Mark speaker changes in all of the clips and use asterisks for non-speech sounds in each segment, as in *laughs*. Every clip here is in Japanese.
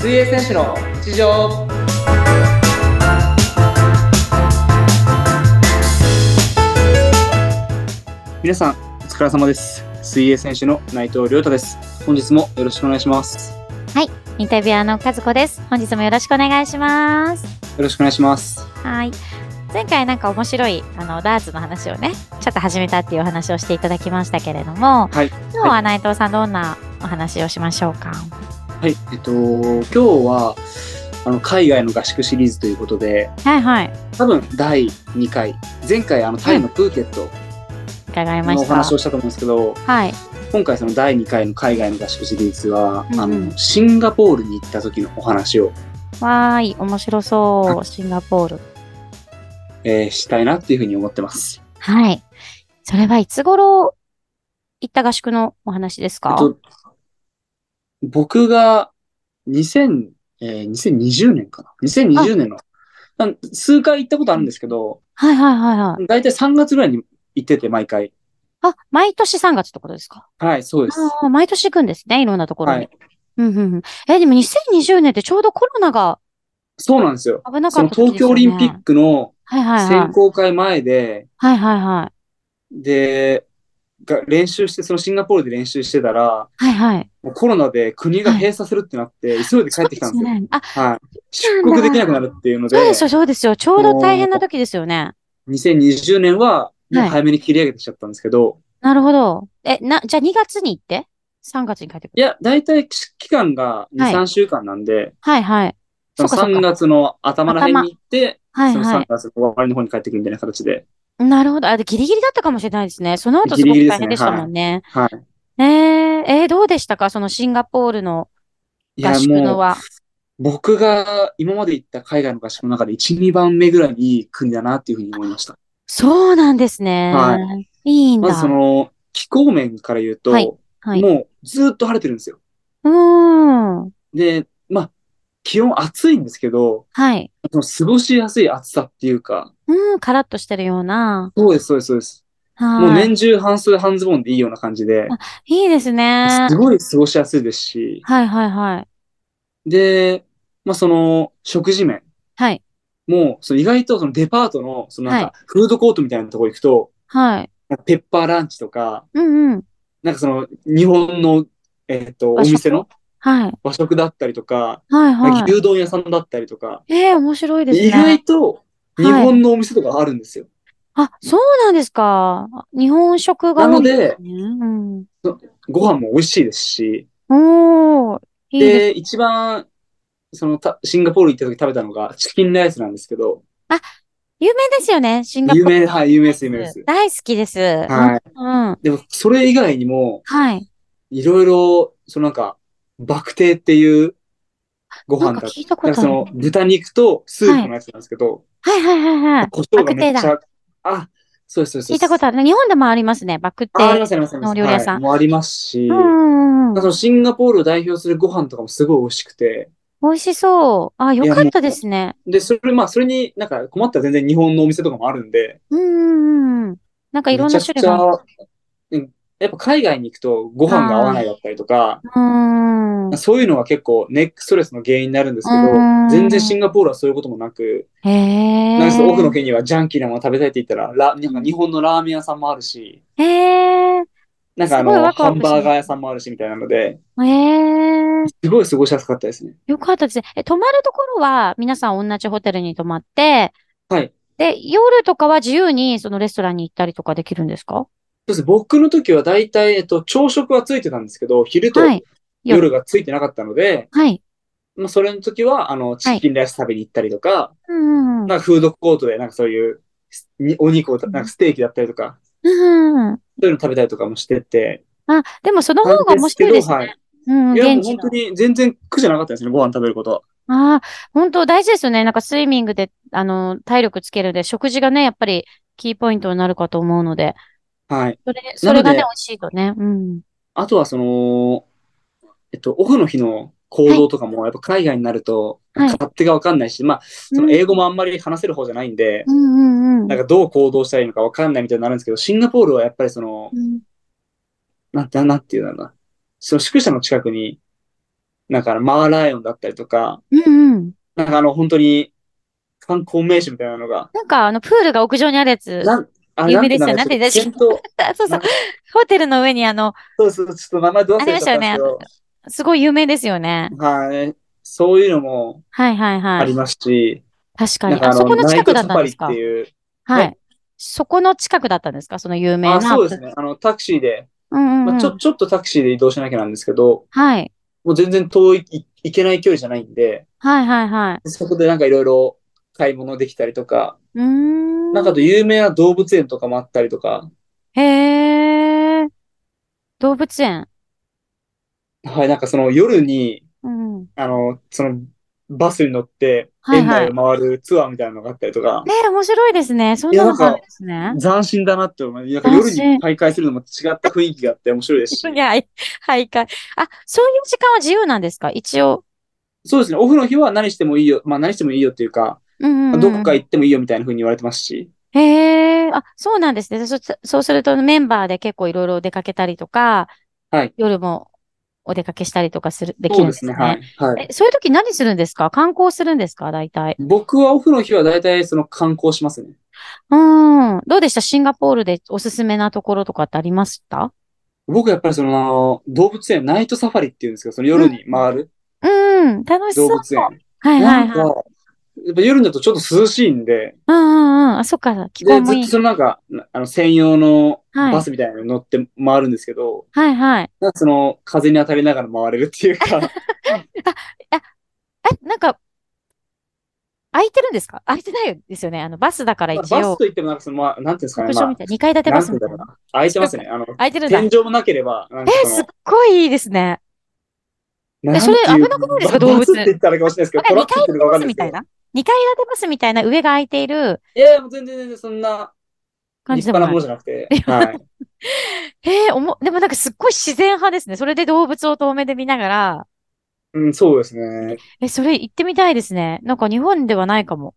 Speaker 1: 選手の日常皆さんお疲れ様です水泳選手の内藤亮太です本日もよろしくお願いしますよ
Speaker 2: インタビュアーの和子です。本日もよろしくお願いします。
Speaker 1: ろしくお願いします
Speaker 2: はい。前回なんか面白いあのダーツの話をね、ちょっと始めたっていうお話をしていただきましたけれども、
Speaker 1: はい
Speaker 2: 今日は内藤さんどんなお話をしましょうか。
Speaker 1: はいえっと今日はあの海外の合宿シリーズということで
Speaker 2: はいはい。
Speaker 1: 多分第2回前回あのタイのプーケット
Speaker 2: 伺いま
Speaker 1: のお
Speaker 2: した。
Speaker 1: 話をしたと思うんですけど、
Speaker 2: はい。
Speaker 1: 今回その第2回の海外の合宿シリーズは、
Speaker 2: うん
Speaker 1: あのシンガポールに行った時のお話を、
Speaker 2: わーい、面白そう。シンガポール。
Speaker 1: えーしたいなっていうふうに思ってます。
Speaker 2: はい。それはいつ頃行った合宿のお話です
Speaker 1: え
Speaker 2: か
Speaker 1: っと、僕が2000、えー2020年かな ?2020 年のなん数回行ったことあるんですけど、
Speaker 2: はいはいはいはい。
Speaker 1: だいたい3月ぐらいに行ってて毎回。
Speaker 2: あ、毎年3月ってことですか
Speaker 1: はい、そうです。
Speaker 2: あー毎年行くんですね。いろんなところに。
Speaker 1: はい
Speaker 2: うんうんうん。え、でも2020年ってちょうどコロナが
Speaker 1: そうなんですよ。
Speaker 2: 危な
Speaker 1: そ
Speaker 2: かっ
Speaker 1: の
Speaker 2: た
Speaker 1: 東
Speaker 2: 時です
Speaker 1: 京
Speaker 2: よ
Speaker 1: オ
Speaker 2: ね。
Speaker 1: リンピックの
Speaker 2: はいはいはい。
Speaker 1: 選考会前で、
Speaker 2: はいはいはい。
Speaker 1: で、が練習して、そのシンガポールで練習してたら、
Speaker 2: はいはい。
Speaker 1: もうコロナで国が閉鎖するってなって、急いで帰ってきたんですよ。
Speaker 2: そうねあ、
Speaker 1: はい。出国できなくなるっていうので
Speaker 2: そう、ですよ、そうですよ。ちょうど大変な時ですよね。
Speaker 1: 2020年はもう
Speaker 2: はい
Speaker 1: 早めに切り上げてきちゃったんですけど、い、
Speaker 2: なるほど。え、な、じゃあ2月に行って ?3 月に帰ってくる。
Speaker 1: や、だいたい期間が2、
Speaker 2: はい
Speaker 1: 3週間なんで、
Speaker 2: はいはい。
Speaker 1: その
Speaker 2: そうかそう
Speaker 1: 3
Speaker 2: か。
Speaker 1: 月の頭ら辺に行って、
Speaker 2: はい
Speaker 1: その
Speaker 2: は
Speaker 1: 3月の終わりの方に帰ってくるみたいな形で。
Speaker 2: い。なるほど。あ、でギリギリだったかもしれないですね。その後す
Speaker 1: ギリ
Speaker 2: ご
Speaker 1: ギ
Speaker 2: く
Speaker 1: リで
Speaker 2: 大
Speaker 1: すね
Speaker 2: 変でしたもんね。
Speaker 1: はい。
Speaker 2: えー、えーどうでしたかそのシンガポールの
Speaker 1: い
Speaker 2: 合
Speaker 1: や、
Speaker 2: 宿の
Speaker 1: もう、
Speaker 2: は。
Speaker 1: 僕が今まで行った海外の合宿の中で1、2番目ぐらいにいい国だなっていうふうに思いました。
Speaker 2: そうなんですね。。
Speaker 1: はい
Speaker 2: いんだ。
Speaker 1: まずその、気候面から言うと、
Speaker 2: はいはい。
Speaker 1: もうずっと晴れてるんですよ。
Speaker 2: うーん。
Speaker 1: で、まあ、気温暑いんですけど、
Speaker 2: はい。
Speaker 1: その過ごしやすい暑さっていうか、
Speaker 2: うん、カラッとしてるような。
Speaker 1: そうです、そうです、そうです。もう
Speaker 2: はい。
Speaker 1: 年中半袖半ズボンでいいような感じで、
Speaker 2: いいですね
Speaker 1: す。ごい過ごしやすいですし、
Speaker 2: はいはいはい。
Speaker 1: で、まあその食事面
Speaker 2: はい。
Speaker 1: も、その意外とそのデパートの、そのなん
Speaker 2: は
Speaker 1: かフードコートみたいなとこ行くと、
Speaker 2: はい。
Speaker 1: なんかペッパーランチとか、
Speaker 2: うんうん。
Speaker 1: なんかその日本の、えっと、お
Speaker 2: 和食
Speaker 1: 店の
Speaker 2: はい。
Speaker 1: 和食だったりとか、
Speaker 2: は
Speaker 1: な
Speaker 2: い
Speaker 1: んか
Speaker 2: はい。
Speaker 1: 牛丼屋さんだったりとか、
Speaker 2: えー、面白いですね。
Speaker 1: 意外と日本のお店とかあるんですよ。
Speaker 2: あ、そうなんですか。日本食が
Speaker 1: なの
Speaker 2: 多い
Speaker 1: で、
Speaker 2: ね。うん。
Speaker 1: ご飯も美味しいですし、
Speaker 2: おー、いいです。
Speaker 1: で、一番、そのた、シンガポール行った時食べたのがチキンライスなんですけど、
Speaker 2: 有名ですよね、シンガポー
Speaker 1: 有
Speaker 2: ル。
Speaker 1: 名、はい、有名です、有名です。
Speaker 2: 大好きです。
Speaker 1: はい。
Speaker 2: うん。
Speaker 1: でも、それ以外にも、
Speaker 2: はい。
Speaker 1: いろいろ、そのなんか、バクテーっていうご
Speaker 2: な
Speaker 1: 飯
Speaker 2: んか
Speaker 1: だっ
Speaker 2: 聞いた
Speaker 1: た
Speaker 2: こ
Speaker 1: ら、
Speaker 2: とあ
Speaker 1: そ
Speaker 2: る。
Speaker 1: の、豚肉とスープのやつなんですけど、
Speaker 2: はいはいはいはい。
Speaker 1: 胡椒がめっ
Speaker 2: バク
Speaker 1: ち
Speaker 2: テ
Speaker 1: ゃ、あ、そうです、そうです。
Speaker 2: 聞いたこと
Speaker 1: あ
Speaker 2: ある。日本でもありますね、バクテ
Speaker 1: あ、あります、あります、あり
Speaker 2: の
Speaker 1: ます。
Speaker 2: 料理屋さん
Speaker 1: はい、もうありますし、
Speaker 2: う
Speaker 1: なん
Speaker 2: んうんう
Speaker 1: か
Speaker 2: ん
Speaker 1: そ。のシンガポールを代表するご飯とかもすごい美味しくて、
Speaker 2: 美味しそう。あ、よかったですね。
Speaker 1: で、それ、まあ、それになんか困ったら全然日本のお店とかもあるんで、
Speaker 2: うんうんうん。なんかいろんな種類が
Speaker 1: め
Speaker 2: ある。
Speaker 1: ちゃくちゃうんやっぱ海外に行くとご飯が合わないだったりとか、
Speaker 2: うーん。
Speaker 1: そういうのが結構ネックストレスの原因になるんですけど
Speaker 2: うん、
Speaker 1: 全然シンガポールはそういうこともなく、
Speaker 2: へえ。
Speaker 1: なんかその奥の県にはジャンキーなもの食べたいって言ったら、ラなんか日本のラーメン屋さんもあるし、
Speaker 2: へえ。
Speaker 1: なんかあ
Speaker 2: すごい
Speaker 1: の、
Speaker 2: ワク
Speaker 1: ハ
Speaker 2: ワク
Speaker 1: ン
Speaker 2: します
Speaker 1: バーガー屋さんもあるしみたいなので、
Speaker 2: へえ。
Speaker 1: すごい過ごしやすかったですね。
Speaker 2: よかったですね。え、泊まるところは皆さん同じホテルに泊まって、
Speaker 1: はい。
Speaker 2: で、夜とかは自由にそのレストランに行ったりとかできるんですか
Speaker 1: そうです僕の時は大体、えっと、朝食はついてたんですけど、昼と
Speaker 2: はい。
Speaker 1: 夜がついてなかったので、
Speaker 2: はい。
Speaker 1: まあ、それの時は、あの、チキンライス食べに行ったりとか、
Speaker 2: うんうんうん。
Speaker 1: なんかフードコートで、なんかそういう、にお肉を、なんかステーキだったりとか、
Speaker 2: うんうんうん。
Speaker 1: そういうの食べたりとかもしてて。
Speaker 2: あ、でもその方が面白いですね。
Speaker 1: はい。
Speaker 2: うん、
Speaker 1: いや、も
Speaker 2: 現
Speaker 1: う
Speaker 2: 地
Speaker 1: 本当
Speaker 2: の。
Speaker 1: に全然苦じゃなかったですね、ご飯食べることは。
Speaker 2: ああ、本当大事ですよね。なんかスイミングで、あの、体力つけるんで、食事がね、やっぱりキーポイントになるかと思うので、
Speaker 1: はい。
Speaker 2: それ、それが
Speaker 1: な
Speaker 2: ね、美
Speaker 1: ので
Speaker 2: 味しいとね。うん。
Speaker 1: あとは、その、えっと、オフの日の行動とかも、やっぱ海外になると、
Speaker 2: はい
Speaker 1: 勝手がわかんないし、まあ、その英語もあんまり話せる方じゃないんで、
Speaker 2: うんうんうん。
Speaker 1: なんかどう行動したらいいのかわかんないみたいになるんですけど、シンガポールはやっぱりその
Speaker 2: う、ん
Speaker 1: なんて、なんていうんだろうな。その宿舎の近くに、なんかあのマーライオンだったりとか、
Speaker 2: うんうん。
Speaker 1: なんかあの、本当に観光名所みたいなのが、
Speaker 2: なんか、あの、プールが屋上にあるやつ。
Speaker 1: なん、あ
Speaker 2: 有名ですよね
Speaker 1: で
Speaker 2: なんて言うんだ *laughs* そうそう
Speaker 1: なんか。
Speaker 2: ホテルの上に、あの、
Speaker 1: そうそう、ちょっと名前どう忘れちゃったんですけど、
Speaker 2: すごい有名ですよね。
Speaker 1: はい。そういうのも
Speaker 2: はいはい
Speaker 1: あ
Speaker 2: は
Speaker 1: り
Speaker 2: い。
Speaker 1: ますし、
Speaker 2: 確か
Speaker 1: なん
Speaker 2: に。
Speaker 1: か
Speaker 2: あ
Speaker 1: あ
Speaker 2: そこの
Speaker 1: ナ
Speaker 2: 近
Speaker 1: イ
Speaker 2: く
Speaker 1: ト
Speaker 2: だっ
Speaker 1: サ
Speaker 2: たん
Speaker 1: ファ
Speaker 2: で
Speaker 1: リ
Speaker 2: す
Speaker 1: って
Speaker 2: か
Speaker 1: いう、
Speaker 2: は
Speaker 1: ね
Speaker 2: い。そこの近くだったんですかその有名な。
Speaker 1: あ、そうですね。あの、タクシーで、
Speaker 2: うんうんう
Speaker 1: まあ、
Speaker 2: ん
Speaker 1: ちょ、ちょっとタクシーで移動しなきゃなんですけど、
Speaker 2: はい。
Speaker 1: もう全然遠い、い行けない距離じゃないんで、
Speaker 2: はいはいはい。
Speaker 1: そこでなんかいろいろ買い物できたりとか、
Speaker 2: うーん。
Speaker 1: なんかあと有名な動物園とかもあったりとか、
Speaker 2: へー。動物園。
Speaker 1: はい、なんかその夜に、
Speaker 2: うんうん。
Speaker 1: あの、そのバスに乗って、
Speaker 2: はい
Speaker 1: 園
Speaker 2: はい
Speaker 1: 内を回るツアーみたいなのがあったりとか、
Speaker 2: ねえ、面白いですね。そんなのがあるんですね。
Speaker 1: 斬新だなって思い、なんか夜
Speaker 2: 斬新
Speaker 1: に徘徊するのも違った雰囲気があって面白いですし、
Speaker 2: いや、 *laughs* はい、はい、か。あ、そういう時間は自由なんですか一応。
Speaker 1: そうですね、オフの日は何してもいいよ、まあ何してもいいよっていうか、
Speaker 2: うんうん、うん。
Speaker 1: どこか行ってもいいよみたいな風に言われてますし、
Speaker 2: へえ、あ、そうなんですね。そ、そうするとメンバーで結構いろいろ出かけたりとか、
Speaker 1: はい
Speaker 2: 夜もお出かけしたりとかする、でき
Speaker 1: そう
Speaker 2: るん
Speaker 1: で
Speaker 2: ですす
Speaker 1: ね、
Speaker 2: ね。
Speaker 1: はい。はい。
Speaker 2: え、そういう時何するんですか観光するんですか大体。
Speaker 1: 僕はオフの日は大体その観光しますね。
Speaker 2: うん。どうでしたシンガポールでおすすめなところとかってありました
Speaker 1: 僕やっぱりそのあの動物園、ナイトサファリっていうんですけど、その夜に回る
Speaker 2: うん、楽し
Speaker 1: 動
Speaker 2: そう。
Speaker 1: 物園。
Speaker 2: はいは
Speaker 1: ないんか、
Speaker 2: はい。
Speaker 1: やっぱ夜だとちょっと涼しいんで、
Speaker 2: うんうんうん。あ、そっか、気候
Speaker 1: で、
Speaker 2: も
Speaker 1: ずっ
Speaker 2: いい
Speaker 1: と。そのなんか、なあの専用の
Speaker 2: はい
Speaker 1: バスみたいなのに乗って回るんですけど、
Speaker 2: はいはい。
Speaker 1: なんかその風に当たりながら回れるっていう
Speaker 2: *laughs*
Speaker 1: か、
Speaker 2: え、なんか、空いてるんですか空いてないですよね。あの、バスだから
Speaker 1: まあ
Speaker 2: 一
Speaker 1: バス
Speaker 2: 応、
Speaker 1: といってもなんかその、まあ、なんていうんですかね、
Speaker 2: 屋上
Speaker 1: ま
Speaker 2: みたいな、2階建て
Speaker 1: あ、
Speaker 2: バ
Speaker 1: なん
Speaker 2: ス
Speaker 1: ていうん
Speaker 2: み
Speaker 1: だろ
Speaker 2: たい
Speaker 1: う
Speaker 2: な。
Speaker 1: な。空いてますね。あの、
Speaker 2: 空いてるんだ。
Speaker 1: 天井もなければ、なんか
Speaker 2: えー、
Speaker 1: そ
Speaker 2: すっ
Speaker 1: の、
Speaker 2: ごいいいですね。
Speaker 1: なんて
Speaker 2: それ
Speaker 1: いう
Speaker 2: 危なくないです
Speaker 1: バ
Speaker 2: か動物
Speaker 1: バスって言ったらあれかもしれないですけど、トラ
Speaker 2: 2
Speaker 1: ックって言
Speaker 2: 階建
Speaker 1: う
Speaker 2: て
Speaker 1: のかわ
Speaker 2: バ
Speaker 1: か
Speaker 2: ス
Speaker 1: んないで
Speaker 2: み
Speaker 1: す
Speaker 2: た
Speaker 1: け
Speaker 2: い
Speaker 1: ど。
Speaker 2: な ?2 階建てバスみたいな上が空いている
Speaker 1: いやいや、もう全然全然そんな
Speaker 2: 感
Speaker 1: 立
Speaker 2: じでも
Speaker 1: 派な
Speaker 2: な
Speaker 1: もの
Speaker 2: い。
Speaker 1: じゃなくて、はい。
Speaker 2: えー、おも、でもなんかすっごい自然派ですね。それで動物を遠目で見ながら、
Speaker 1: うん、そうですね。
Speaker 2: え、それ行ってみたいですね。なんか日本ではないかも。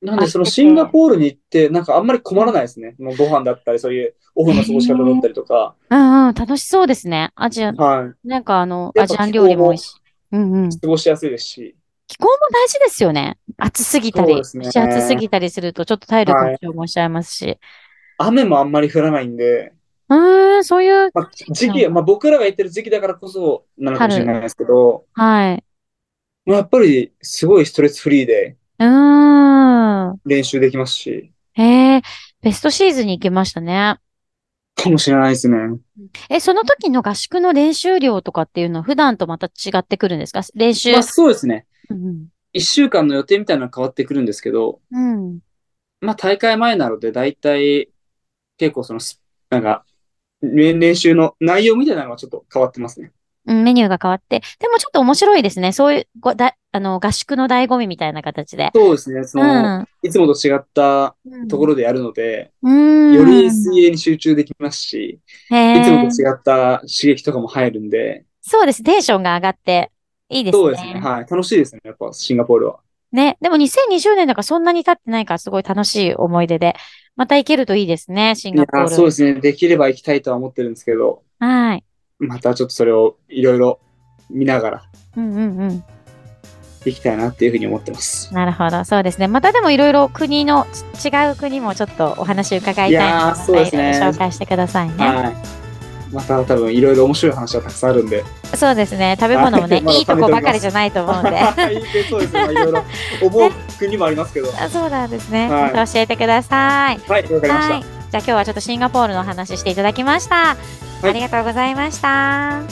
Speaker 1: なんで、そのシンガポールに行って、なんかあんまり困らないですね。もうご飯だったり、そういうオフの過ごし方だったりとか。
Speaker 2: うんうん、楽しそうですね。アジア、
Speaker 1: はい。
Speaker 2: なんかあの、
Speaker 1: や
Speaker 2: ア
Speaker 1: っぱ
Speaker 2: ジアン料理も美味しい。うんうん。
Speaker 1: 過ごしやすいですし。
Speaker 2: 気候も大事ですよね。暑すぎた
Speaker 1: そう
Speaker 2: り、
Speaker 1: ですね
Speaker 2: 蒸し暑すぎたりすると、ちょっと体力も消耗しちゃいますし。
Speaker 1: 雨もあんまり降らないんで、
Speaker 2: うーん、そういう、
Speaker 1: まあ、時期、まあ僕らが行ってる時期だからこそなのかもしれないですけど、
Speaker 2: はい。
Speaker 1: まあ、やっぱりすごいストレスフリーで
Speaker 2: うーん。
Speaker 1: 練習できますし、
Speaker 2: へえ、ベストシーズンに行けましたね。
Speaker 1: かもしれないですね。
Speaker 2: え、その時の合宿の練習量とかっていうのは普段とまた違ってくるんですか練習。
Speaker 1: まあそうですね。
Speaker 2: うん
Speaker 1: 一週間の予定みたいなのは変わってくるんですけど、
Speaker 2: うん。うん。
Speaker 1: まあ大会前なので大体結構そのス、なんか、練練習の内容みたいなのはちょっと変わってますね。
Speaker 2: うんメニューが変わって。でもちょっと面白いですね。そういう、ごだ、あの、合宿の醍醐味みたいな形で。
Speaker 1: そうですね。その、
Speaker 2: う
Speaker 1: いつもと違った
Speaker 2: ん。
Speaker 1: ところでやるので、
Speaker 2: うん。
Speaker 1: より水泳に集中できますし、いつも
Speaker 2: へ
Speaker 1: と
Speaker 2: え。
Speaker 1: 違った刺激とかも入るんで、
Speaker 2: そうです。テンションが上がって、いいですね。
Speaker 1: そうですね。はい。楽しいですね。やっぱシンガポールは。
Speaker 2: ね。でも2020年だからそんなに経ってないからすごい楽しい思い出で。また行けるといいですね、シン
Speaker 1: いや
Speaker 2: ガポール。
Speaker 1: そうですね。できれば行きたいとは思ってるんですけど、
Speaker 2: はい。
Speaker 1: またちょっとそれをいろいろ見ながら
Speaker 2: うんうんうん。
Speaker 1: 行きたいなっていうふうに思ってます。
Speaker 2: なるほど、そうですね。またでもいろいろ国のち違う国もちょっとお話伺いたい
Speaker 1: いやー
Speaker 2: の
Speaker 1: そうですね
Speaker 2: またいろいろ紹介してくださいね。
Speaker 1: はい。また多分いろいろ面白い話はたくさんあるん
Speaker 2: *laughs*
Speaker 1: で。
Speaker 2: そうですね。食べ物もね、
Speaker 1: はいまだ
Speaker 2: いいとこばかりじゃないと思うんで。
Speaker 1: いそう *laughs* ですね。まあいろいろ思う国もありますけど。は
Speaker 2: *laughs* あそうなんですね。
Speaker 1: はい
Speaker 2: また教えてください。
Speaker 1: い、わかりました。
Speaker 2: はい。じゃあ今日はちょっとシンガポールのお話していただきました。
Speaker 1: い
Speaker 2: ありがとうございました。